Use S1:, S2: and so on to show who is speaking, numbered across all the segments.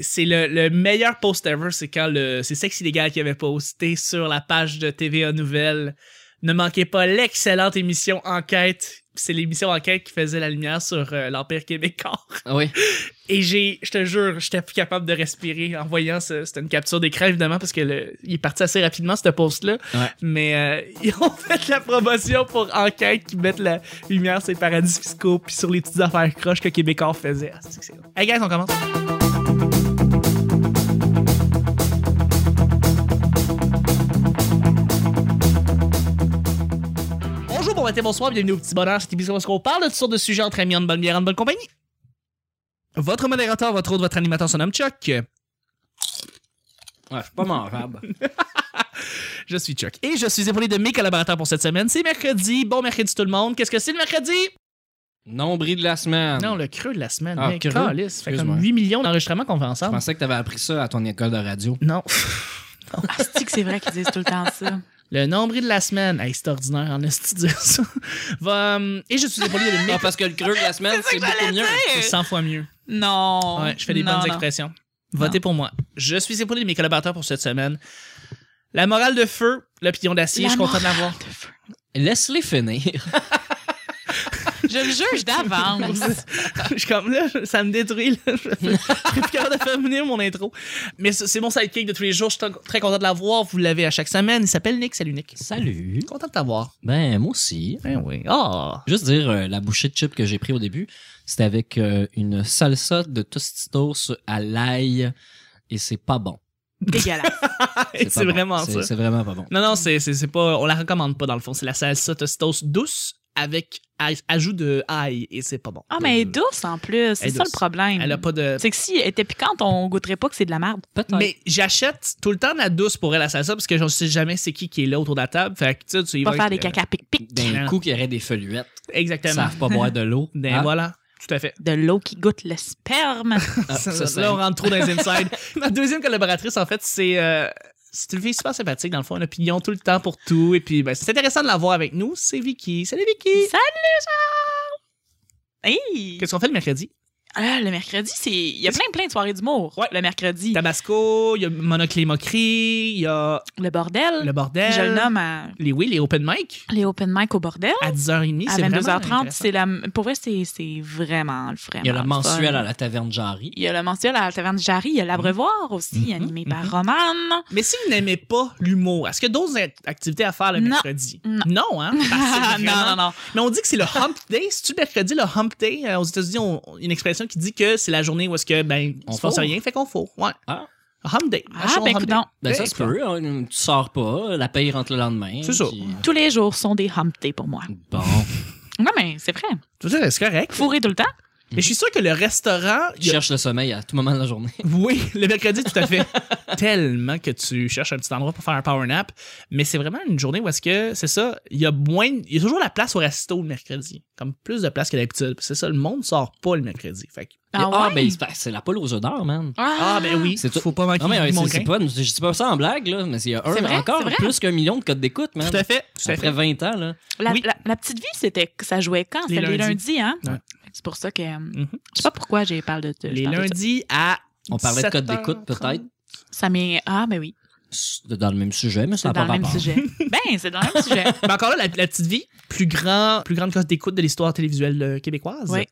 S1: c'est le, le meilleur post ever, c'est quand le c'est Sexe illégal qui avait posté sur la page de TVA Nouvelle. Ne manquez pas l'excellente émission Enquête. C'est l'émission Enquête qui faisait la lumière sur euh, l'Empire québécois.
S2: Ah oui.
S1: Et j'ai, je te jure, j'étais plus capable de respirer en voyant ce, c'était une capture d'écran évidemment parce que le, il est parti assez rapidement ce post-là.
S2: Ouais.
S1: Mais euh, ils ont fait la promotion pour enquête qui mettent la lumière sur les paradis fiscaux puis sur les petites affaires croches que Québécois faisaient. Ah, c'est excellent. Hey guys, on commence. Bonjour, bon matin, bonsoir, bienvenue au petit bonheur. C'est épisode où on parle de toutes sortes de sujets entre amis, en bonne bière, en bonne compagnie. Votre modérateur, votre autre, votre animateur, son nom Chuck.
S2: Ouais, je suis pas mangeable.
S1: Je suis Chuck. Et je suis épaulé de mes collaborateurs pour cette semaine. C'est mercredi. Bon mercredi tout le monde. Qu'est-ce que c'est le mercredi?
S2: Nombril de la semaine.
S1: Non, le creux de la semaine.
S2: Ah,
S1: Mais
S2: creux?
S1: câlisse, ça fait
S2: Excuse-moi.
S1: comme 8 millions d'enregistrements qu'on fait
S2: Je
S1: ensemble.
S2: pensais que t'avais appris ça à ton école de radio.
S1: Non.
S3: Asti que c'est vrai qu'ils disent tout le temps ça.
S1: Le nombril de la semaine. Hey, c'est ordinaire, en esti de dire ça. Va, hum, et je suis épaulé de mes...
S2: Ah, parce que le creux de la semaine, c'est beaucoup mieux.
S1: C'est 100 fois mieux.
S3: Non.
S1: Ouais, je fais des
S3: Non,
S1: bonnes
S3: non.
S1: expressions. Votez pour moi. Je suis épaulé de mes collaborateurs pour cette semaine. La morale de feu, l'opinion d'acier,
S3: La
S1: je suis content de l'avoir.
S2: Laisse-les finir.
S3: Je le juge d'avance.
S1: je suis comme là, ça me détruit. Là. Je je suis plus capable de faire venir mon intro. Mais c'est c'est mon sidekick de tous les jours. Je suis t- très content de l'avoir. Vous l'avez à chaque semaine. Il s'appelle Nick. Salut Nick.
S2: Salut.
S1: Content de t'avoir.
S2: Ben, moi aussi.
S1: Ben oui. Ah!
S2: Juste dire, euh, la bouchée de chips que j'ai pris au début, c'était avec euh, une salsa de Tostitos à l'ail et c'est pas bon.
S3: Dégueulasse.
S2: pas
S1: c'est
S2: bon.
S1: vraiment
S2: Ah, C'est-
S1: ça.
S2: C'est vraiment pas bon.
S1: Non, non, c'est, c'est, c'est pas. On la recommande pas dans le fond. C'est la salsa Tostitos douce avec a- ajout de ail et c'est pas bon.
S3: Ah, mais elle est douce en plus.
S1: Elle est
S3: C'est ça
S1: douce.
S3: le problème.
S1: Elle a pas de.
S3: C'est que si elle était piquante, on goûterait pas que c'est de la merde.
S2: Peut-être.
S1: Mais j'achète tout le temps de la douce pour elle, la salsa, parce que je ne sais jamais c'est qui qui est là autour de la table. Fait que tu sais, tu y
S3: Pas
S1: vas
S3: faire des
S1: avec, euh,
S3: caca pic-pic.
S2: D'un coup, qu'il y aurait des feluettes. Ils
S1: Exactement.
S2: savent pas boire de l'eau.
S1: Ben
S2: Ah,
S1: voilà. Tout à fait.
S3: De l'eau qui goûte le sperme.
S2: ah,
S1: Ça,
S2: ça,
S1: ça,
S2: c'est-
S1: là, on rentre trop dans les insides. Ma deuxième collaboratrice, en fait, c'est. euh, c'est une fille super sympathique, dans le fond, une opinion tout le temps pour tout. Et puis, ben, c'est intéressant de la voir avec nous. C'est Vicky. Salut Vicky!
S3: Salut, Charles! Hey!
S1: Qu'est-ce qu'on fait le mercredi?
S3: Ah, le mercredi, c'est. Il y a plein, plein de soirées d'humour.
S1: Ouais.
S3: Le mercredi.
S1: Tabasco, il y a Monoclé Moquerie, il y a
S3: Le bordel.
S1: Le Bordel.
S3: Je le nomme à-
S1: Les, oui, les open mic
S3: les open mic au bordel.
S1: à 10h30.
S3: À
S1: c'est vraiment
S3: 22h30,
S1: intéressant.
S3: c'est la. Pour vrai, c'est c'est vraiment le
S2: Il y a
S1: Ah,
S2: le mensuel
S3: fun.
S2: à la taverne Jarry.
S3: Il y a le mensuel à la taverne Jarry, il y a l'abreuvoir aussi,
S1: Mhm,
S3: animé
S1: mhm.
S3: par Roman.
S1: Mais si vous n'aimez pas l'humour, est-ce qu'il y a d'autres act- activités à faire le
S3: Non.
S1: mercredi?
S3: Non.
S1: hein? Parce que c'est vraiment-
S3: Ah, non, non, non.
S1: Mais on dit que c'est le hump day. Si tu le mercredi, le hump day, euh, aux États-Unis, on, on- une expression qui dit que c'est la journée où est-ce que, ben, on
S2: On
S1: se force
S2: fourre.
S1: rien, fait qu'on faut. Ouais.
S2: Ah.
S1: Hump day.
S3: Ah, ben
S1: écoute
S3: écoute
S2: Ben, ça se peut. hein, Tu sors pas, la paye rentre le lendemain.
S1: C'est ça.
S2: puis-
S3: tous les jours sont des hump days pour moi.
S2: Bon.
S1: Mhm.
S3: Non, mais c'est vrai.
S1: Tout ça, c'est correct.
S3: Fourré tout le temps.
S1: Mais je suis sûr que le restaurant. il
S2: Tu
S1: y a-
S2: cherches le sommeil à tout moment de la journée.
S1: Oui, le mercredi, tout à fait. Tellement que tu cherches un petit endroit pour faire un power nap. Mais c'est vraiment une journée où est-ce que, c'est ça, il y a moins. Il y a toujours la place au resto le mercredi. Comme plus de place que d'habitude. C'est ça, le monde sort pas le mercredi. Fait que-
S3: Ah,
S2: ah
S3: ouais?
S2: ben, c'est- c'est la poule aux odeurs, man.
S1: Ah, ben oui.
S2: C'est tout.
S1: Faut pas manquer
S2: Non, mais euh,
S1: mon
S2: c'est- c'est
S1: gain.
S2: pas, je dis pas ça en blague, là, mais il y a un,
S3: C'est vrai,
S2: encore
S3: c'est vrai.
S2: plus qu'un million de codes d'écoute, man.
S1: Tout à fait. Tout à fait.
S2: Après 20 ans, là.
S3: La,
S1: Oui.
S3: la- la petite vie, c'était ça jouait quand?
S1: Les
S3: C'était les
S1: lundis.
S3: lundis, hein?
S1: Ouais. Mhm.
S3: C'est pour ça que. euh, Je sais pas pourquoi j'ai parlé de. je
S1: Les
S3: parle de ça.
S1: lundis à.
S2: On parlait de codes
S1: 17h30.
S2: d'écoute, peut-être.
S3: Ça m'est. Ah, ben oui.
S2: C'est Dans le même sujet, mais ça
S3: C'est
S2: n'a
S3: dans
S2: pas
S3: le même
S2: rapport.
S3: sujet. ben, c'est dans le même sujet.
S1: Mais encore là, la, la petite vie, plus grand, plus grande cause d'écoute de l'histoire télévisuelle euh, québécoise.
S3: Oui.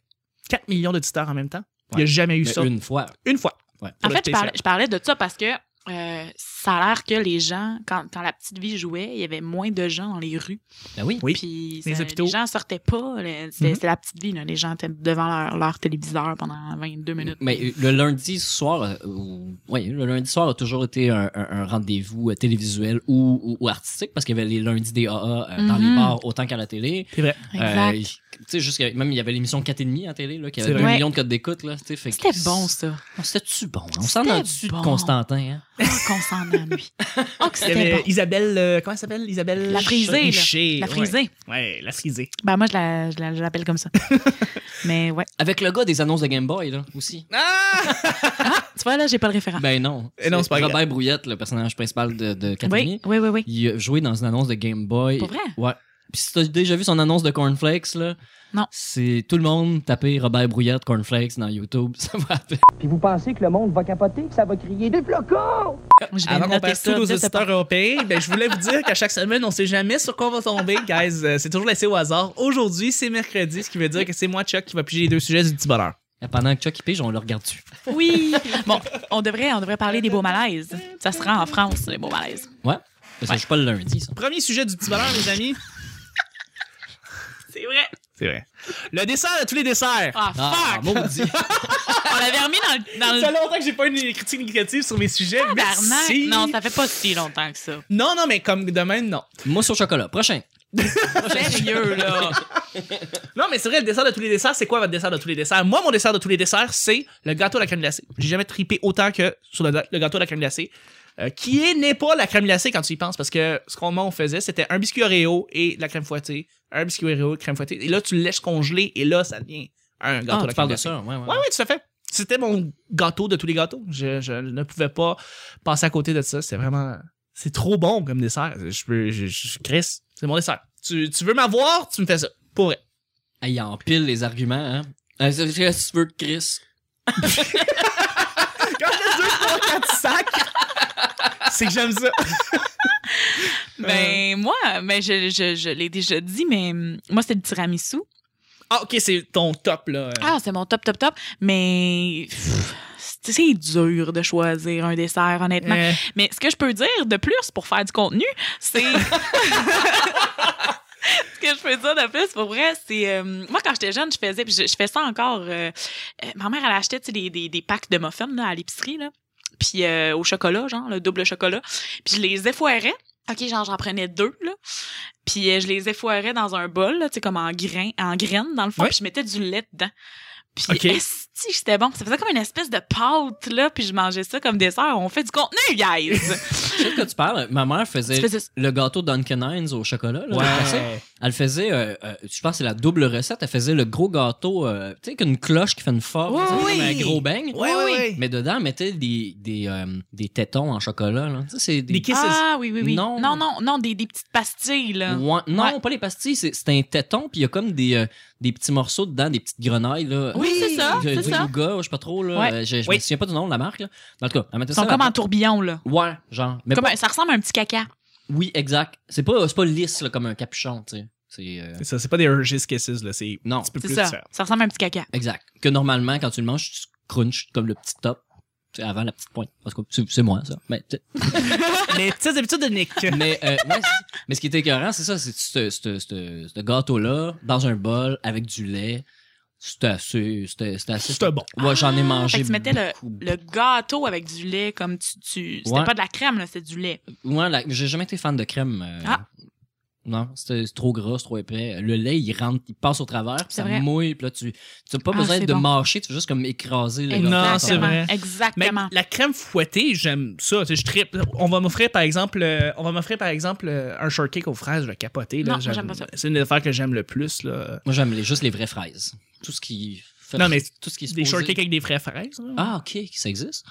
S1: 4 millions d'auditeurs en même temps. Il n'y
S2: Ouais.
S1: a jamais eu
S2: Mais
S1: ça. Une,
S2: une fois.
S1: fois.
S2: Ouais.
S1: Pour le
S3: En fait, je
S1: spécial.
S3: parlais, je parlais de ça parce que euh, ça a l'air que les gens, quand, quand la petite vie jouait, il y avait moins de gens dans les rues.
S2: Ben oui.
S1: Oui.
S3: Puis
S1: Les
S3: ça-
S1: hôpitaux.
S3: les gens sortaient pas. là. C'était
S1: Mhm.
S3: c'était la petite vie. là. Les gens étaient devant leur, leur téléviseur pendant 22 minutes.
S2: Mais euh, le lundi soir, euh, ou- ouais, le lundi soir a toujours été un, un- un rendez-vous euh, télévisuel ou, ou- ou artistique parce qu'il y avait les lundis des AA euh, dans les
S3: Mhm.
S2: bars autant qu'à la télé.
S1: C'est vrai.
S3: Exact.
S2: Euh, il- tu sais, jusqu'à même il y avait l'émission 4,5 à télé là, qui
S1: C'est
S2: avait
S1: vrai.
S2: 2
S3: Ouais.
S2: millions de codes d'écoute là, tu sais, fait que-
S3: C'était bon, ça.
S2: Oh, C'était-tu bon? On s'en
S3: C'était
S2: a dessus de
S3: bon.
S2: Constantin, hein?
S3: Ah, qu'on s'en ennuie. Ah, que
S1: Il y avait
S3: c'était bon.
S1: Isabelle. euh, comment elle s'appelle Isabelle.
S3: La frisée, là.
S1: Richer.
S3: La frisée.
S1: Ouais, Ouais, la frisée.
S3: Ben, moi, je la- je la- je l'appelle comme ça. Mais ouais.
S2: Avec le gars des annonces de Game Boy, là, aussi.
S1: Ah
S3: Tu vois, là, j'ai pas le référent.
S2: Ben non.
S1: Eh non, c'est pas
S2: Robert Brouillette, le personnage principal de, de Catherine.
S3: oui, oui, oui, oui.
S2: Il a joué dans une annonce de Game Boy.
S3: Pour vrai?
S2: Ouais. Puis si t'as déjà vu son annonce de Cornflakes, là.
S3: Non.
S2: C'est tout le monde taper Robert Brouillette Cornflakes dans YouTube. Ça va appeler.
S4: Puis vous pensez que le monde va capoter, que ça va crier des flocons?
S3: Je vais
S1: Avant qu'on
S3: noter
S1: passe tous
S3: ça
S1: nos
S3: dès ce
S1: auditeurs européens, ben, je voulais vous dire qu'à chaque semaine, on sait jamais sur quoi on va tomber, guys. Euh, C'est toujours laissé au hasard. Aujourd'hui, c'est mercredi, ce qui veut dire que c'est moi, Chuck, qui va piger les deux sujets du petit bonheur.
S2: Et Pendant que Chuck il pige, on le regarde dessus.
S3: Oui. Bon, on devrait, on devrait parler des beaux malaises. Ça se rend en France, les beaux malaises.
S2: Ouais. Parce que je suis pas le lundi, ça.
S1: Premier sujet du petit bonheur, les amis.
S3: C'est vrai.
S1: C'est vrai. Le dessert de tous les desserts.
S3: Ah, fuck!
S2: maudit.
S3: On l'avait remis dans,
S1: Ça
S3: le- dans
S1: fait
S3: le.
S1: longtemps que j'ai pas une critique négative sur mes sujets.
S3: Tabarnak.
S1: Merci.
S3: Non, ça fait pas si longtemps que ça.
S1: non, non, mais comme demain, non.
S2: Mousse au chocolat. Prochain.
S3: Sérieux, là.
S1: Non, mais c'est vrai, le dessert de tous les desserts, c'est quoi votre dessert de tous les desserts? Moi, mon dessert de tous les desserts, c'est le gâteau à la crème glacée. J'ai jamais tripé autant que sur le, le gâteau à la crème glacée. Euh, qui est- n'est pas la crème glacée quand tu y penses, parce que ce qu'on moi, on faisait, c'était un biscuit Oreo et de la crème fouettée, un biscuit Oreo et crème fouettée, et là tu le laisses congeler, et là ça devient un gâteau à la
S2: Ah, tu
S1: crème
S2: parles de
S1: glacée.
S2: ça. Ouais, ouais.
S1: Ouais, ouais, tout à fait. C'était mon gâteau de tous les gâteaux. Je, je ne pouvais pas passer à côté de ça. C'était vraiment. C'est trop bon comme dessert. Je peux. Je, je- Chris, c'est mon dessert. Tu, tu veux m'avoir, tu me fais ça. Pour vrai.
S2: Ah, il empile les arguments, hein. Euh, c'est- c'est- si tu veux, Chris.
S1: Quand j'ai deux, trois, quatre sacs, c'est que j'aime ça.
S3: Ben, moi, ben, je, je, je l'ai déjà dit, mais hum, moi, c'est le tiramisu.
S1: Ah, ok, c'est ton top, là.
S3: Ah, c'est mon top, top, top. Mais pff, c'est c'est dur de choisir un dessert, honnêtement.
S1: Euh,
S3: Mais ce que je peux dire de plus pour faire du contenu, c'est. ce que je peux dire de plus, pour vrai, c'est. euh, moi, quand j'étais jeune, je faisais, puis je, je fais ça encore. euh, euh, ma mère, elle achetait tu sais, des, des, des packs de muffins là, à l'épicerie, là. Puis euh, au chocolat, genre, le double chocolat. Puis je les effoirais. OK, genre, j'en prenais deux, là. Puis euh, je les effoirais dans un bol, là, tu sais, comme en, grain, en graines, dans le fond.
S1: Ouais.
S3: Puis je mettais du lait dedans. Puis
S1: OK.
S3: esti, c'était bon. Ça faisait comme une espèce de pâte, là. Puis je mangeais ça comme dessert. On fait du contenu, guys!
S2: Je sais de quoi tu parles. Ma mère faisait,
S3: Tu faisais ça.
S2: le gâteau Duncan Hines au chocolat. Là, le classique.
S1: Ouais.
S2: Elle faisait, euh, euh, je pense que c'est la double recette, elle faisait le gros gâteau, euh, tu sais, qu'une cloche qui fait une forme,
S1: Oui,
S2: tu sais,
S1: oui.
S2: comme un gros beigne.
S1: Ouais, ouais, ouais.
S2: Mais dedans, elle mettait des, des, euh, des tétons en chocolat. Là. Tu sais, c'est des...
S1: Des kisses.
S3: Ah oui, oui, oui.
S2: Non.
S3: non, non, non, des, des petites pastilles, là.
S2: Ouais, non,
S3: Ouais.
S2: pas les pastilles, c'est c'est un téton, puis il y a comme des, euh, des petits morceaux dedans, des petites grenailles. Là.
S3: Oui, c'est ça,
S2: Du-
S3: c'est
S2: du
S3: ça.
S2: nougat, je sais pas trop. Là.
S3: Ouais.
S2: Euh, Je, je
S1: Oui.
S2: me souviens pas du nom de la marque. Là. Mais En tout cas, elle mettait
S3: Ils
S2: ça.
S3: sont comme
S2: là-
S3: en tourbillon, là.
S2: Ouais, genre. Mais
S3: Comme
S2: pas-
S3: un- ça ressemble à un petit caca.
S2: Oui, exact. C'est pas, c'est pas lisse là, comme un capuchon, tu sais. C'est. euh,
S1: C'est ça, c'est pas des Hershey's Kisses, là. C'est un
S2: Non,
S1: petit peu
S3: C'est
S1: plus
S3: ça.
S1: différent.
S3: Ça ressemble à un petit caca.
S2: exact. Que normalement, quand tu le manges, tu crunches comme le petit top. tu sais, Avant la petite pointe. Parce que c'est c'est moi, ça. Mais, tu sais.
S1: Les petites habitudes de Nick.
S2: mais, euh, ouais, c'est- mais ce qui était écœurant, c'est ça, c'est ce, ce, ce- ce gâteau-là, dans un bol, avec du lait. C'était assez. C'était c'était assez.
S1: C'était bon.
S2: Ouais, j'en ai
S3: Ah,
S2: mangé.
S3: fait que tu mettais le-
S2: beaucoup.
S3: Le gâteau avec du lait, comme tu. tu- C'était
S2: Ouais.
S3: pas de la crème, là, c'était du lait.
S2: Ouais, la- j'ai jamais été fan de crème. euh,
S3: Ah.
S2: Non, c'était c'est trop gras, c'est trop épais. Le lait, il rentre, il passe au travers, puis
S3: C'est
S2: ça
S3: vrai.
S2: mouille, puis là, tu tu n'as pas
S3: Ah,
S2: besoin
S3: c'est
S2: de
S3: bon.
S2: marcher, tu veux juste comme écraser le
S1: Non,
S2: gâteau.
S1: c'est vrai. Mais
S3: Exactement.
S1: la crème fouettée, j'aime ça. Tu sais, je tripe. On va m'offrir par exemple, euh, on va m'offrir par exemple euh, un shortcake aux fraises, je vais capoter. là.
S3: Non, j'aime pas ça.
S1: C'est une des affaires que j'aime le plus. Là.
S2: Moi, j'aime les- juste les vraies fraises. Tout ce qui. fait-
S1: Non, mais
S2: tout ce qui est
S1: Des
S2: supposé-
S1: shortcakes avec des vraies fraises. là.
S2: Ah, ok, ça existe.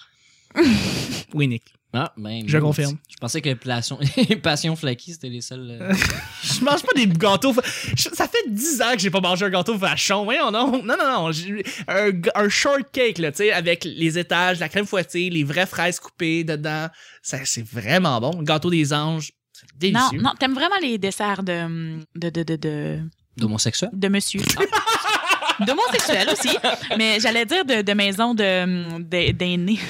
S1: Oui, Nick.
S2: Ah, ben,
S1: Je
S2: non,
S1: confirme.
S2: Je pensais que les passions, les passions flaky, c'était les seuls. euh,
S1: Je mange pas des gâteaux. fa- Je- Ça fait 10 ans que j'ai pas mangé un gâteau vachon. Voyons, non. Non, non, non. J'ai- Un, g- un shortcake, là, tu sais, avec les étages, la crème fouettée, les vraies fraises coupées dedans. Ça, c'est vraiment bon. Le gâteau des anges, c'est
S3: non,
S1: délicieux.
S3: non, t'aimes vraiment les desserts de. hum, de, de, de, de,
S2: D'homosexuels.
S3: de monsieur. Ah. D'homosexuel aussi. Mais j'allais dire de, de maison de, hum, de- d'aînés.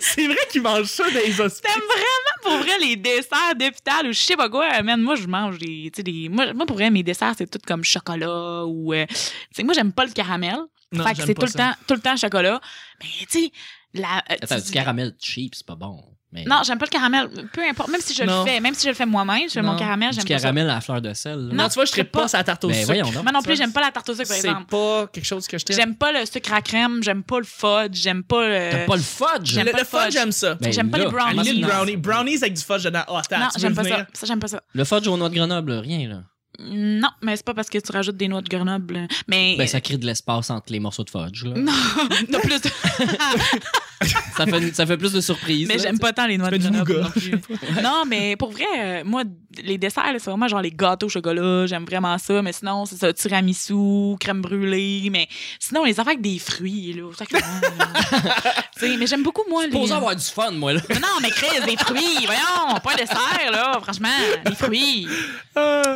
S1: C'est vrai qu'ils mangent ça dans les hôpitaux.
S3: T'aimes vraiment pour vrai les desserts d'hôpital ou je sais pas quoi. Man, moi, je mange des. tu sais, des moi, moi, pour vrai, mes desserts, c'est tout comme chocolat ou. euh, tu sais, moi, j'aime pas le caramel.
S1: Non,
S3: fait que
S1: j'aime
S3: c'est
S1: pas
S3: tout, le
S1: ça.
S3: temps- tout le temps chocolat. Mais tu sais, la. euh,
S2: Attends,
S3: tu-
S2: du caramel cheap, c'est pas bon. Mais
S3: Non, j'aime pas le caramel. Peu importe. Même si je
S1: Non.
S3: le fais, même si je le fais moi-même, je fais
S1: Non,
S3: mon caramel,
S2: du
S3: j'aime pas ça.
S2: caramel à la fleur de sel. là.
S1: Non,
S3: Non,
S1: tu vois, je serais
S3: c'est pas-
S1: pas sa tarte au
S2: Ben,
S1: sucre.
S2: voyons donc.
S3: Moi non
S1: Tu
S3: plus,
S1: vois,
S3: j'aime pas la tarte au sucre, par
S1: C'est
S3: exemple.
S1: pas quelque chose que je t'aime.
S3: J'aime pas le sucre à crème, j'aime pas le fudge, j'aime pas le.
S2: T'as pas le fudge!
S3: euh, j'aime
S1: Le,
S3: pas
S1: le
S3: le
S1: fudge,
S3: fudge.
S1: j'aime ça.
S2: Ben
S3: J'aime pas
S2: là,
S3: les brownies.
S1: À la
S3: brownies.
S1: limite,
S2: non.
S1: brownies. Brownies avec du fudge dedans. Ah,
S3: Non,
S1: attends, tu veux
S3: j'aime pas
S1: venir?
S3: ça. Ça, j'aime pas ça.
S2: Le fudge aux noix de Grenoble, rien, là.
S3: Non, mais c'est pas parce que tu rajoutes des noix de Grenoble. euh, Mais.
S2: Ben, ça crée de l'espace entre les morceaux de fudge, là.
S3: Non, non plus.
S2: ça, fait, ça fait plus de surprises.
S3: mais
S2: là,
S3: j'aime pas tant les noix
S1: Tu
S3: de
S1: fais du
S3: Grenoble.
S1: nougat.
S3: Non, plus. non, mais pour vrai, euh, moi, les desserts, là, c'est vraiment genre les gâteaux au chocolat, j'aime vraiment ça, mais sinon, c'est ça, tiramisu, crème brûlée, mais sinon, les affaires avec des fruits, là, au sacrement, là. Tu sais, mais j'aime beaucoup, moi, les...
S2: Supposé avoir du fun, moi, là.
S3: Mais non, mais Chris, des fruits, voyons, pas un dessert, là, franchement, des fruits.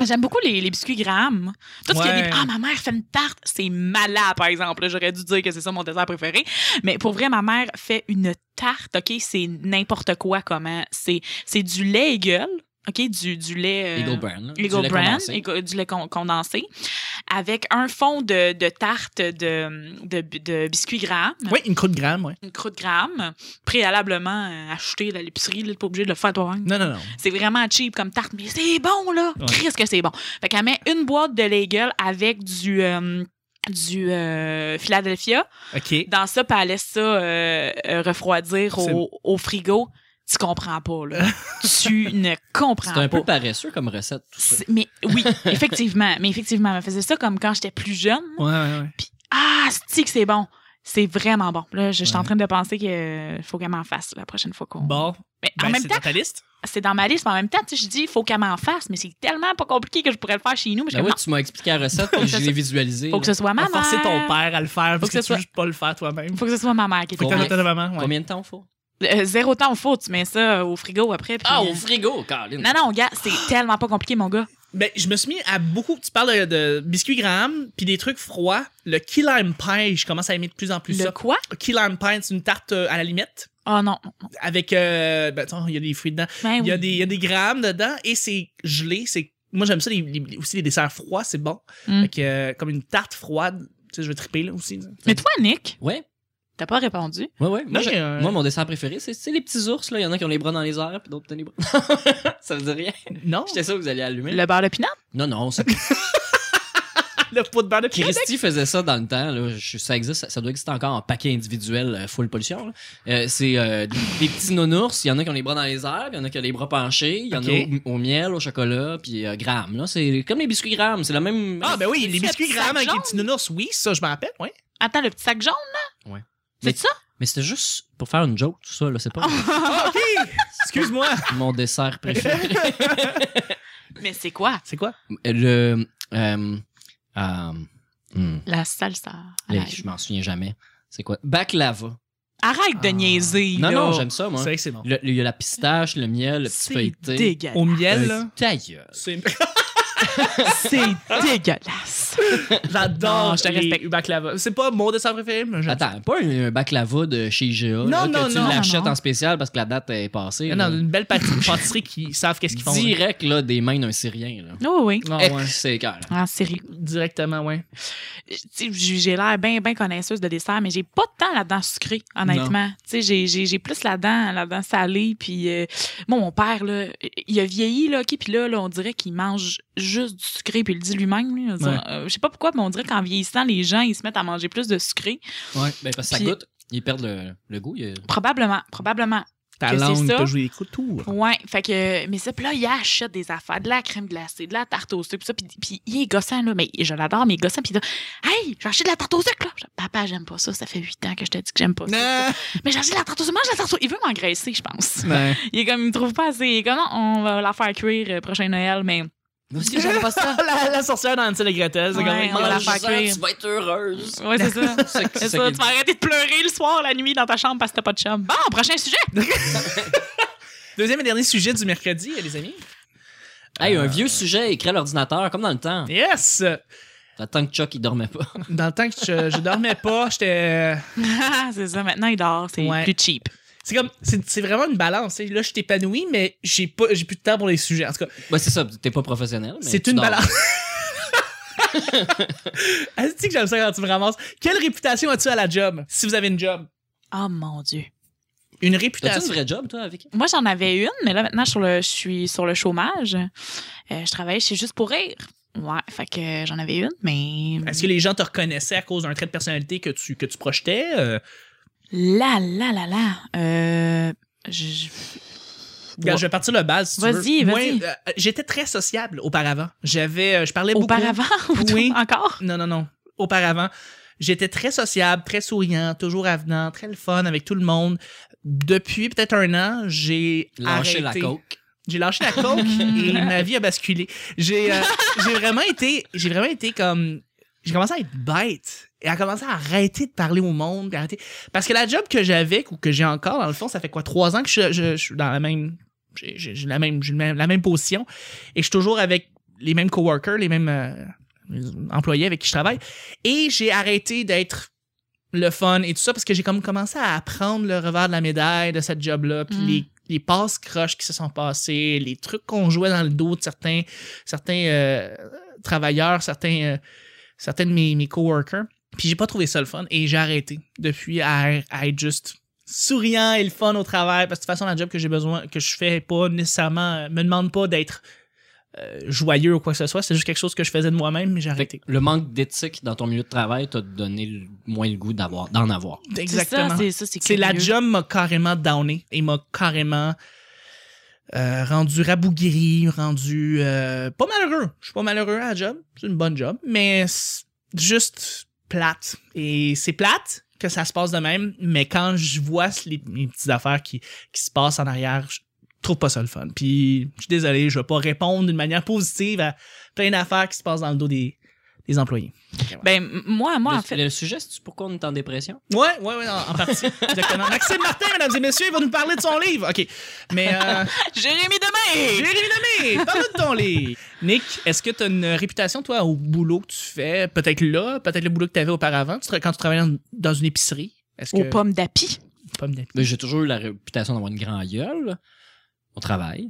S3: J'aime beaucoup les, les biscuits Graham. Tout ce qui est
S1: Ouais.
S3: des- Ah, ma mère fait une tarte, c'est malade, par exemple. là. J'aurais dû dire que c'est ça mon dessert préféré. Mais pour vrai, ma mère fait une tarte, OK, c'est n'importe quoi comment. C'est c'est du lait Eagle, OK, du, du lait... euh,
S2: Eagle Brand. là.
S3: Eagle
S2: Du lait
S3: Brand,
S2: condensé.
S3: Eagle- du lait con- condensé, avec un fond de, de tarte de, de, de biscuits Graham
S1: Oui, une croûte gramme, ouais.
S3: une croûte gramme, préalablement euh, achetée à l'épicerie, là, t'es pas obligé de le faire toi-même.
S1: Non, non, non.
S3: C'est vraiment cheap comme tarte, mais c'est bon, là!
S1: Ouais.
S3: Chris que c'est bon! Fait qu'elle met une boîte de Legal avec du... euh, du euh, Philadelphia.
S1: OK.
S3: Dans ça, puis elle laisse ça euh, euh, refroidir au, au frigo. Tu comprends pas, là. tu ne comprends
S2: C'est un
S3: pas.
S2: peu paresseux comme recette, tout ça.
S3: C'est- Mais oui, effectivement. Mais effectivement, elle me faisait ça comme quand j'étais plus jeune.
S1: Ouais, ouais, ouais.
S3: Ah, c'est que c'est bon. C'est vraiment bon. Là, je, je suis en
S1: Ouais.
S3: train de penser qu'il faut qu'elle m'en fasse la prochaine fois qu'on.
S1: Bon,
S3: Mais en
S1: ben,
S3: même
S1: c'est
S3: temps,
S1: dans ta liste?
S3: c'est dans ma liste, mais en même temps, tu sais, je dis, il faut qu'elle m'en fasse, mais c'est tellement pas compliqué que je pourrais le faire chez nous. Mais je
S2: Ben
S3: suis comme,
S2: ouais, tu m'as expliqué la recette et je l'ai visualisée.
S3: non, faut que ce soit ma
S1: T'as
S3: mère.
S1: forcé ton père à le faire parce que,
S3: que ce
S1: tu
S3: soit-
S1: veux juste pas le faire toi-même.
S3: Faut que ce soit ma mère qui
S1: Faut
S3: était
S1: que t'en
S2: Combien-
S1: aies ta maman, ouais.
S2: Combien de temps il faut?
S3: Euh, Zéro temps au four, tu mets ça euh, Ah, au frigo après. puis-
S1: Ah,
S3: euh,
S2: frigo, Caroline.
S3: Non, non, gars, c'est tellement pas compliqué, mon gars.
S1: Ben, je me suis mis à beaucoup. Tu parles de, de biscuits Graham, puis des trucs froids. Le key lime pie, je commence à aimer de plus en plus
S3: le
S1: ça.
S3: quoi?
S1: Key lime pie, c'est une tarte euh, à la limette.
S3: Oh non. non, non.
S1: Avec. Euh, ben, attends, il y a des fruits dedans.
S3: Ben
S1: Il y, a
S3: oui.
S1: des, il y a des grammes dedans et c'est gelé. C'est moi j'aime ça les- les- aussi les desserts froids, c'est bon.
S3: Mm.
S1: Fait que, euh, comme une tarte froide, tu sais, je vais triper là aussi.
S3: Mais toi, Nick,
S2: Ouais,
S3: t'as pas répondu.
S2: ouais, ouais. Moi,
S1: Oui,
S2: j'ai-
S1: euh,
S2: moi, mon dessert préféré, c'est c'est les petits ours. là. Il y en a qui ont les bras dans les airs puis d'autres qui ont les bras. ça veut dire rien.
S1: Non,
S2: J'étais sûr que vous alliez allumer.
S3: Oh. Le beurre de pinot?
S2: Non, non, c'est
S1: le pot de beurre de Québec.
S2: Christy faisait ça dans le temps. Là. Je- ça existe, ça, ça doit exister encore en paquet individuel euh, full pollution. là. Euh, c'est euh, des, des petits nounours. Il y en a qui ont les bras dans les airs, puis il y en a qui ont les bras penchés. Il y en
S1: Ok.
S2: a au, au miel, au chocolat, puis euh, Graham, là. C'est comme les biscuits Graham. C'est la même.
S1: Ah ben oui, les
S3: C'est
S1: biscuits
S3: la petite
S1: Graham avec
S3: jaune.
S1: les petits nounours, oui, ça je m'en rappelle, oui.
S3: Attends, le petit sac jaune, là?
S2: Ouais.
S3: C'est ça?
S2: Mais c'était juste pour faire une joke, tout ça. Là. C'est pas
S1: Ah, OK. Excuse-moi.
S2: mon dessert préféré.
S3: Mais c'est quoi?
S1: C'est quoi
S2: Le. euh, euh, hmm,
S3: La salsa. à
S2: les-
S3: l'ail.
S2: je m'en souviens jamais. C'est quoi? Baklava.
S3: Arrête de
S1: Ah.
S3: niaiser.
S2: Non,
S3: là.
S2: non, j'aime ça, moi.
S1: C'est vrai que c'est bon.
S2: Le- le- Il y a la pistache, le miel, le petit
S3: C'est
S2: feuilleté.
S3: dégueulasse.
S1: Au miel
S2: Euh,
S1: là,
S2: ta gueule.
S1: c'est
S3: C'est dégueulasse. Non,
S1: j'adore
S3: je te
S1: les
S3: respecte.
S1: baklava. C'est pas mon dessert préféré, mais j'aime
S2: Attends, pas un, un baklava de chez IGA
S1: Non,
S2: là,
S1: non,
S2: que tu
S1: non,
S2: l'achètes
S3: non.
S2: en spécial parce que la date est passée.
S1: ça.
S2: là.
S1: Non, une belle pâti- pâtisserie qui savent qu'est-ce qu'ils font. là.
S2: Direct là, des mains d'un Syrien. Là.
S3: Oh oui.
S1: Non,
S2: Eh,
S1: ouais.
S2: C'est écœurant.
S3: En série.
S1: Directement, ouais.
S3: Tu sais, J'ai j'ai l'air bien bien connaisseuse de dessert, mais j'ai pas de temps là-dedans sucré, honnêtement. Tu sais, J'ai j'ai- j'ai plus là-dedans là-dedans salé. Puis, euh, moi, mon père, là, il a vieilli, là, OK? Puis là, là, on dirait qu'il mange juste du sucré, puis il le dit lui-même. là.
S1: Ouais.
S3: Euh, Je sais pas pourquoi, mais on dirait qu'en vieillissant, les gens, ils se mettent à manger plus de sucré.
S2: Ouais, ben parce que
S3: Puis-
S2: ça goûte. Ils perdent le, le goût. il y a-
S3: Probablement, probablement.
S1: Ta
S3: Que c'est
S1: langue
S3: ça?
S1: peut jouer des coups de tour.
S3: Ouais, fait que mais ça puis là il achète des affaires, de la crème glacée, de la tarte au sucre, puis ça puis puis il est gossant là, mais je l'adore mais il est gossant puis il dit "Hey, j'ai acheté de la tarte au sucre là." Je dis, "Papa, j'aime pas ça, ça fait huit ans que je te dis que j'aime pas ça." Mais j'ai acheté de la tarte au sucre, mange la tarte au sucre. Il veut m'engraisser, je pense.
S1: Ouais.
S3: Il est comme il me trouve pas assez, il est comme non, on va la faire cuire euh, prochain Noël mais
S2: Moi aussi, j'aime pas ça.
S1: la, la sorcière dans Hansel et Gretel, c'est
S3: Ouais,
S1: quand même-
S3: on va la
S2: Mange-en,
S3: faire cuire.
S2: Tu vas être heureuse.
S3: Ouais, c'est ça.
S2: C'est-
S3: C'est
S2: c'est
S3: ça,
S2: ça
S3: tu
S2: qu'il
S3: vas arrêter de pleurer le soir, la nuit dans ta chambre parce que t'as pas de chum. Bon, prochain sujet.
S1: Deuxième et dernier sujet du mercredi, euh, les amis.
S2: Hey, un vieux sujet écrit à l'ordinateur, comme dans le temps.
S1: Yes!
S2: Tant que Chuck, il dormait pas.
S1: Dans le temps que je, je dormais pas, j'étais.
S3: c'est ça, maintenant il dort, c'est
S1: Ouais.
S3: plus cheap.
S1: C'est comme. C'est c'est vraiment une balance. tu sais. Là, je t'épanouis, mais j'ai pas j'ai plus de temps pour les sujets. En tout cas,
S2: Ouais, Ben, c'est ça, t'es pas professionnel. mais
S1: c'est
S2: tu
S1: une
S2: dors.
S1: balance. Est-ce que j'aime ça quand tu me ramasses? Quelle réputation as-tu à la job? Si vous avez une job.
S3: Oh mon dieu.
S1: Une
S2: T'as-tu un
S1: réputation.
S2: vrai job, toi, avec?
S3: Moi, j'en avais une, mais là, maintenant, je suis sur le, je suis sur le chômage. Euh, je travaillais chez Juste pour rire. Ouais, fait que euh, j'en avais une, mais.
S1: Est-ce que les gens te reconnaissaient à cause d'un trait de personnalité que tu, que tu projetais? Euh,
S3: Là, là, là, là. Euh. Je... je-
S1: Regarde, Je vais partir de base, si tu
S3: Vas-y,
S1: veux.
S3: vas-y.
S1: Moi, euh, j'étais très sociable auparavant. J'avais, euh, je parlais beaucoup.
S3: Auparavant,
S1: Oui.
S3: encore?
S1: Non, non, non. Auparavant, j'étais très sociable, très souriant, toujours avenant, très le fun avec tout le monde. Depuis peut-être un an, j'ai
S2: Lâcher la
S1: arrêté.
S2: coke.
S1: J'ai lâché la coke et ma vie a basculé. J'ai euh, j'ai vraiment été j'ai vraiment été comme j'ai commencé à être bête et à commencer à arrêter de parler au monde, puis arrêter parce que la job que j'avais ou que j'ai encore dans le fond, ça fait quoi trois ans que je, je- je suis dans la même j'ai j'ai- j'ai la même j'ai la même- la même position et je suis toujours avec les mêmes coworkers, les mêmes euh, employés avec qui je travaille et j'ai arrêté d'être le fun et tout ça parce que j'ai comme commencé à apprendre le revers de la médaille de cette job là puis
S3: Mm.
S1: les les passes croches qui se sont passées, les trucs qu'on jouait dans le dos de certains certains euh, travailleurs, certains euh, certains de mes mes coworkers. Puis j'ai pas trouvé ça le fun et j'ai arrêté depuis à, à être juste souriant et le fun au travail parce que de toute façon la job que j'ai besoin que je fais est pas nécessairement me demande pas d'être euh, joyeux ou quoi que ce soit, c'est juste quelque chose que je faisais de moi-même mais j'ai
S2: Fait
S1: arrêté.
S2: que le manque d'éthique dans ton milieu de travail t'a donné le- moins le goût d'avoir, d'en avoir.
S1: Exactement.
S3: C'est ça, c'est ça,
S1: C'est la
S3: curieux.
S1: job m'a carrément downé et m'a carrément euh, rendu rabougri, rendu euh, pas malheureux. Je suis pas malheureux à la job, c'est une bonne job, mais c'est juste plate. Et c'est plate que ça se passe de même, mais quand je vois les, les petites affaires qui, qui se passent en arrière, je trouve pas ça le fun. Puis je suis désolé, je vais pas répondre d'une manière positive à plein d'affaires qui se passent dans le dos des, des employés.
S3: Ben, m- moi, moi,
S2: le,
S3: en fait.
S2: le sujet, c'est pourquoi on est en dépression?
S1: Ouais, ouais, ouais, en, en partie. Exactement. Maxime Martin, mesdames et messieurs, il va nous parler de son livre. OK. Mais. Euh,
S3: Jérémy Demain!
S1: Jérémy Lemay, parle de ton livre. Nick, est-ce que tu as une réputation, toi, au boulot que tu fais Peut-être là, peut-être le boulot que tu avais auparavant, tu tra- quand tu travaillais dans, dans une épicerie. Est-ce que.
S3: Aux pommes d'api.
S1: Pomme d'api.
S2: Mais J'ai toujours eu la réputation d'avoir une grande gueule au travail,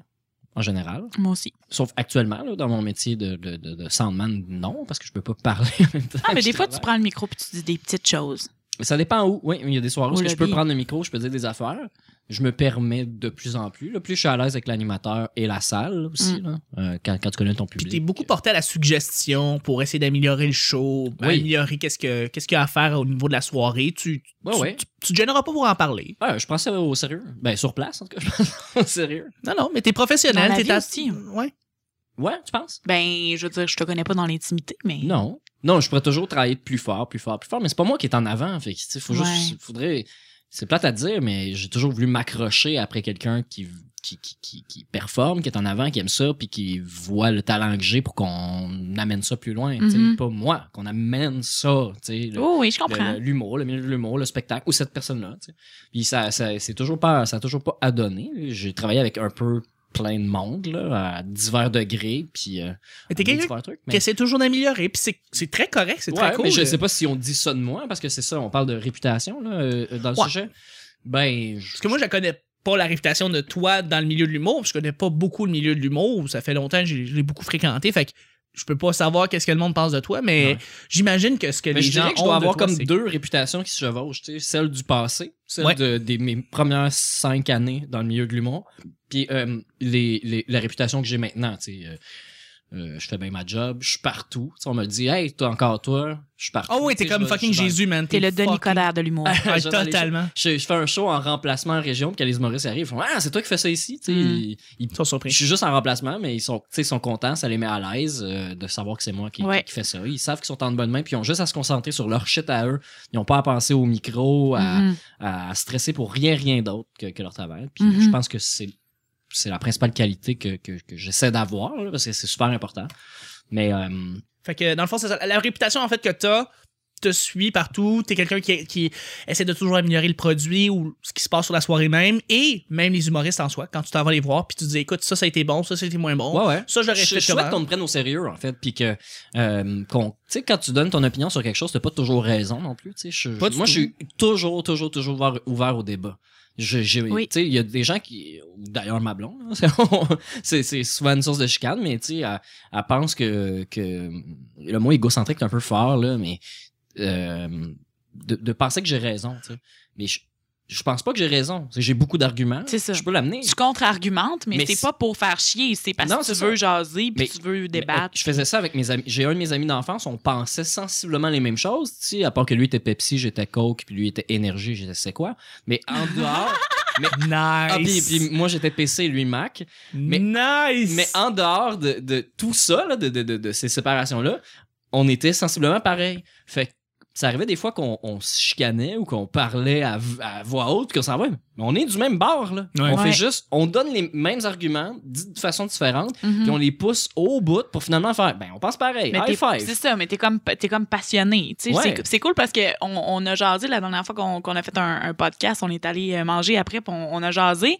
S2: en général.
S3: Moi aussi.
S2: Sauf actuellement, là, dans mon métier de, de, de, de soundman, non, parce que je peux pas parler en même temps.
S3: Ah, mais
S2: que
S3: des
S2: je
S3: fois, tu
S2: travaille.
S3: prends le micro puis tu dis des petites choses.
S2: Ça dépend où. Oui, il y a des soirées
S3: Au
S2: où je peux
S3: lobby.
S2: prendre le micro, je peux dire des affaires. Je me permets de plus en plus. Là, plus je suis à l'aise avec l'animateur et la salle
S3: Mm.
S2: aussi, là, euh, quand, quand tu connais ton
S1: Puis
S2: public.
S1: t'es beaucoup porté à la suggestion pour essayer d'améliorer le show,
S2: Oui.
S1: améliorer qu'est-ce que qu'est-ce qu'il y a à faire au niveau de la soirée. Tu
S2: Ouais,
S1: tu,
S2: ouais.
S1: tu, tu te gêneras pas pour en parler.
S2: Ah, je pensais au sérieux. Ben, sur place, en tout cas, je pense au sérieux.
S1: Non, non, mais t'es professionnel,
S3: Dans la
S1: t'es
S3: vie
S1: à-
S3: aussi.
S2: hein.
S1: Ouais.
S2: Ouais, tu penses?
S3: Ben, je veux dire, je te connais pas dans l'intimité, mais.
S2: Non. Non, je pourrais toujours travailler de plus fort, plus fort, plus fort, mais c'est pas moi qui est en avant. Fait que, tu sais, faut
S3: Ouais.
S2: juste, faudrait, c'est plate à dire, mais j'ai toujours voulu m'accrocher après quelqu'un qui, qui, qui, qui, qui performe, qui est en avant, qui aime ça, puis qui voit le talent que j'ai pour qu'on amène ça plus loin. tu sais.
S3: Mhm.
S2: Pas moi, qu'on amène ça, tu sais, le-
S3: Oh oui, je
S2: le-
S3: comprends.
S2: le- l'humour, le milieu de l'humour, le spectacle, ou cette personne-là. tu sais. Puis ça, ça c'est toujours pas, ça a toujours pas à donner. J'ai travaillé avec un peu plein de monde, là, à divers degrés, puis euh,
S1: Mais t'es
S2: à
S1: quelqu'un
S2: divers trucs, mais-
S1: qui essaie toujours d'améliorer, puis c'est- c'est très correct, c'est
S2: Ouais,
S1: très cool.
S2: Mais je sais pas si on dit ça de moi, parce que c'est ça, on parle de réputation là, euh, dans le
S1: Ouais.
S2: sujet. Ben, je-
S1: Parce que moi, je connais pas la réputation de toi dans le milieu de l'humour. Je connais pas beaucoup le milieu de l'humour. Ça fait longtemps que j'ai- je l'ai beaucoup fréquenté. Fait que je peux pas savoir qu'est-ce que le monde pense de toi, mais
S2: Ouais.
S1: j'imagine que ce que
S2: ben,
S1: les
S2: je
S1: gens
S2: dirais que je
S1: ont
S2: dois
S1: de
S2: avoir
S1: toi,
S2: comme
S1: c'est-
S2: deux réputations qui se chevauchent, tu sais, celle du passé, celle
S1: Ouais.
S2: de, des mes premières cinq années dans le milieu de l'humour, puis euh, les, les- la réputation que j'ai maintenant, tu sais. euh, euh, je fais bien ma job, je suis partout. Tu sais, on me dit, hey, toi encore toi, je suis partout.
S1: Oh oui,
S2: Tu
S1: t'es
S2: sais,
S1: comme
S2: je vais-
S1: fucking
S2: je vais-
S1: Jésus, man.
S3: T'es le Denis
S1: fucking-
S3: Coderre de l'humour.
S1: Ouais,
S2: Ah, je vais dans les-
S1: totalement.
S2: Je, je fais un show en remplacement en région, puis quand les humoristes arrivent, ils font, ah, c'est toi qui fais ça ici, tu sais.
S1: Hmm.
S3: Mm.
S2: ils- ils
S1: Ils sont surpris.
S2: Je suis juste en remplacement, mais ils sont, tu sais, ils sont contents, ça les met à l'aise euh, de savoir que c'est moi qui,
S3: Ouais.
S2: qui fais ça. Ils savent qu'ils sont en bonne main, puis ils ont juste à se concentrer sur leur shit à eux. Ils n'ont pas à penser au micro, à,
S3: Mhm.
S2: à stresser pour rien, rien d'autre que, que leur travail. Puis
S3: Mhm.
S2: je pense que c'est c'est la principale qualité que, que, que j'essaie d'avoir, là, parce que c'est super important. Mais euh,
S1: Fait que dans le fond, c'est ça. La réputation en fait que t'as te suit partout, t'es quelqu'un qui, qui essaie de toujours améliorer le produit ou ce qui se passe sur la soirée même, et même les humoristes en soi, quand tu t'en vas les voir, puis tu dis écoute, ça, ça a été bon, ça, ça a été moins bon,
S2: ouais, ouais.
S1: ça, je le
S2: Je,
S1: respecte
S2: je souhaite
S1: comment.
S2: qu'on me prenne au sérieux, en fait, puis que, euh, qu'on- tu sais, quand tu donnes ton opinion sur quelque chose, t'as pas toujours raison non plus, tu sais. Je-
S1: Pas du
S2: Moi,
S1: tout.
S2: je suis toujours, toujours, toujours ouvert, ouvert au débat. Je, j'ai-
S3: Oui.
S2: tu sais, il y a des gens qui, d'ailleurs, ma blonde, hein, c'est- c'est, c'est souvent une source de chicane, mais tu sais, elle, elle pense que, que, le mot égocentrique est un peu fort, là, mais, euh, de, de penser que j'ai raison, tu sais. Mais je, je pense pas que j'ai raison. C'est- J'ai beaucoup d'arguments.
S3: C'est ça.
S2: Je peux l'amener.
S3: Tu contre-argumentes, mais,
S2: Mais
S3: c'est
S2: c'est-
S3: pas pour faire chier. C'est parce
S2: Non,
S3: que tu
S2: c'est ça.
S3: veux jaser puis
S2: Mais-
S3: tu veux
S2: Mais, euh,
S3: débattre.
S2: Je faisais ça avec mes amis. J'ai un de mes amis d'enfance, on pensait sensiblement les mêmes choses, tu sais, à part que lui était Pepsi, j'étais Coke, puis lui était énergie, j'étais c'est quoi. Mais en dehors.
S1: Nice.
S2: Ah, puis, puis moi j'étais PC, lui Mac. mais-
S1: nice.
S2: Mais en dehors de, de tout ça, là, de, de, de, de ces séparations-là, on était sensiblement pareil. Fait que ça arrivait des fois qu'on on se chicanait ou qu'on parlait à, v- à voix haute, puis qu'on s'en va. Mais on est du même bord, là.
S1: Ouais.
S2: On
S3: Ouais.
S2: fait juste, on donne les mêmes arguments, dits de façon différente, puis on
S3: Mhm.
S2: les pousse au bout pour finalement faire, ben, on pense pareil.
S3: Mais
S2: High
S3: t'es-
S2: five.
S3: C'est ça, mais t'es comme, t'es comme passionné. tu sais.
S2: Ouais.
S3: C'est, c'est cool parce qu'on on a jasé la dernière fois qu'on, qu'on a fait un, un podcast, on est allé euh, manger après, puis on, on a jasé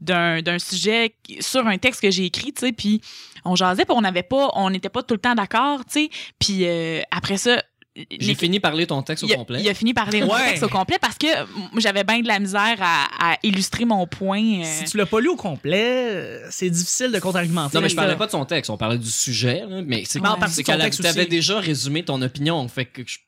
S3: d'un, d'un sujet qui- sur un texte que j'ai écrit, tu sais, puis on jasait, puis on n'avait pas, on n'était pas tout le temps d'accord, tu sais. Puis euh, après ça,
S2: J'ai fini de parler ton texte au
S3: il a,
S2: complet.
S3: il a fini par lire mon
S1: Ouais.
S3: texte au complet parce que euh, j'avais bien de la misère à, à illustrer mon point. euh.
S1: Si tu l'as pas lu au complet, euh, c'est difficile de contre-argumenter.
S2: Non, mais je parlais
S1: Ça.
S2: pas de son texte, on parlait du sujet, là, mais c'est
S1: Mais on
S3: Ouais.
S1: parle
S2: c'est
S1: de
S2: qu'elle
S1: ton
S2: a-
S1: texte
S2: t'avais
S1: aussi.
S2: déjà résumé ton opinion, fait que je,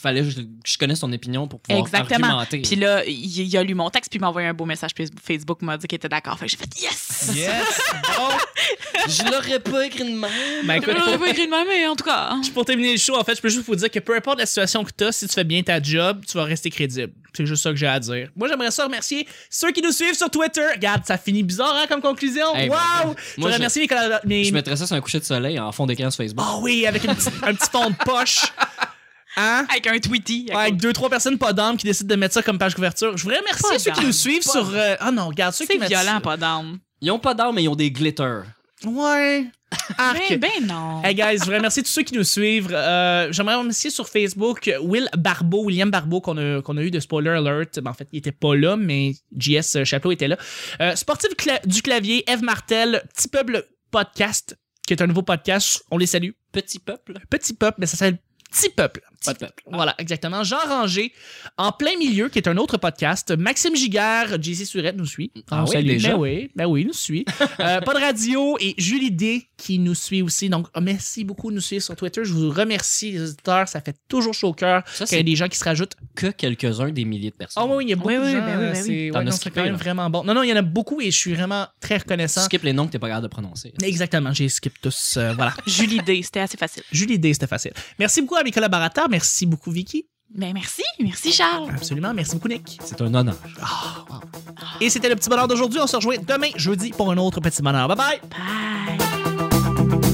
S2: fallait que je, que je connaisse ton opinion pour pouvoir
S3: Exactement.
S2: argumenter.
S3: Puis là, il, il a lu mon texte, puis il m'a envoyé un beau message Facebook, il m'a dit qu'il était d'accord. Fait que j'ai fait yes!
S1: Yes! Bon!
S2: je l'aurais pas écrit de même.
S1: Ben, écoute,
S3: Je
S1: pour-
S3: pas écrit de ma mais en tout cas.
S1: pour terminer le show, en fait, je peux juste vous dire que peu importe la situation que tu as, si tu fais bien ta job, tu vas rester crédible. C'est juste ça que j'ai à dire. Moi, j'aimerais ça remercier ceux qui nous suivent sur Twitter. Regarde, ça finit bizarre hein, comme conclusion.
S2: Hey,
S1: wow!
S2: ben,
S1: je
S2: moi, je-
S1: remercie mes colla- mes-
S2: Je mettrais ça sur un coucher de soleil en fond d'écran sur Facebook.
S1: Ah oui, avec une petite- un petit fond de poche. Hein?
S3: Avec un Tweety. à
S1: Avec
S3: côté.
S1: deux, trois personnes pas d'âme qui décident de mettre ça comme page couverture. Je voudrais remercier
S3: Pas
S1: ceux qui
S3: d'âme,
S1: nous suivent
S3: pas
S1: sur. euh, Ah non, regarde, ceux qui
S3: C'est
S1: mettent.
S3: violent, pas d'âme.
S2: Ils ont pas d'armes, mais ils ont des glitters.
S1: Ouais. Arc.
S3: Ben, ben non.
S1: Hey guys, je voudrais remercier tous ceux qui nous suivent. Euh, J'aimerais remercier sur Facebook Will Barbeau, William Barbeau, qu'on a, qu'on a eu de Spoiler Alert. Ben, en fait, il était pas là, mais JS Chapeau était là. Euh, Sportif Cla- du clavier, Eve Martel, Petit Peuple Podcast, qui est un nouveau podcast. On les salue.
S2: Petit peuple.
S1: Petit Peuple, mais ça s'appelle Petit Peuple. Petit
S2: Pas de peuple.
S1: Ah. voilà, exactement. Jean Ranger, en plein milieu, qui est un autre podcast. Maxime Giguère, JC Surette nous suit.
S2: Ah
S1: On
S2: oui,
S1: salue.
S2: déjà?
S1: Ben oui, ben oui, il nous suit. Euh, pas de radio et Julie D qui nous suit aussi. Donc, oh, merci beaucoup de nous suivre sur Twitter. Je vous remercie, les auditeurs. Ça fait toujours chaud au cœur
S2: Ça,
S1: qu'il y a
S2: c'est
S1: des gens qui se rajoutent.
S2: que quelques-uns des milliers de personnes.
S1: Ah oui, il y a beaucoup
S3: Oui,
S1: de
S3: oui,
S1: gens.
S3: ben oui,
S1: euh,
S3: ben oui.
S1: c'est-
S2: T'en
S1: ouais,
S2: as
S1: non,
S2: skippé,
S1: c'est quand même
S2: là.
S1: vraiment bon. Non, non, il y en a beaucoup et je suis vraiment très
S2: Tu
S1: reconnaissant.
S2: skippes les noms que t'es pas capable de prononcer.
S1: Exactement, j'ai skip tous. euh, voilà.
S3: Julie D, c'était assez facile.
S1: Julie D, c'était facile. Merci beaucoup à mes collaborateurs. Merci beaucoup, Vicky.
S3: Ben merci, merci Charles.
S1: Absolument. Merci beaucoup, Nick.
S2: C'est un honneur.
S1: Et c'était le petit bonheur d'aujourd'hui. On se rejoint demain, jeudi, pour un autre petit bonheur. Bye bye!
S3: Bye.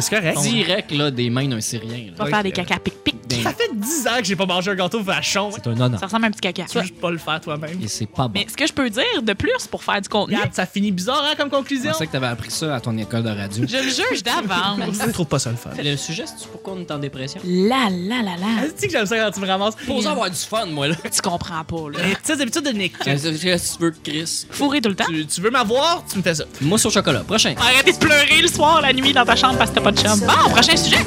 S1: C'est correct.
S2: Direct, là, des mains d'un Syrien.
S3: On
S2: là.
S3: va faire des caca pic-pic.
S2: Des-
S1: Ça fait 10 ans que j'ai pas mangé un gâteau vachon.
S2: C'est un honneur.
S3: Ça ressemble à un petit caca.
S1: Tu veux juste pas le faire toi-même.
S2: Et c'est pas bon.
S3: Mais ce que je peux dire de plus pour faire du contenu,
S1: Regarde, ça finit bizarre hein, comme
S2: Je
S1: conclusion.
S2: pensais que t'avais appris ça à ton école de radio.
S3: je le juge d'avance.
S1: Je trouve pas ça le fun.
S2: Le sujet, c'est pourquoi on est en dépression?
S3: La la la la.
S1: Est-ce que j'aime ça quand tu me ramasses?
S2: Pour avoir du fun, moi, là.
S3: Tu comprends pas, là.
S1: Les petites habitudes de Nick.
S2: Qu'est-ce que tu veux, Chris?
S3: Fourré tout le temps.
S1: Tu, tu veux m'avoir? Tu me fais ça.
S2: Moi, sur chocolat. Prochain.
S3: Arrêtez de pleurer le soir, la nuit, dans ta chambre parce que t'as pas de chum. Bon, prochain sujet.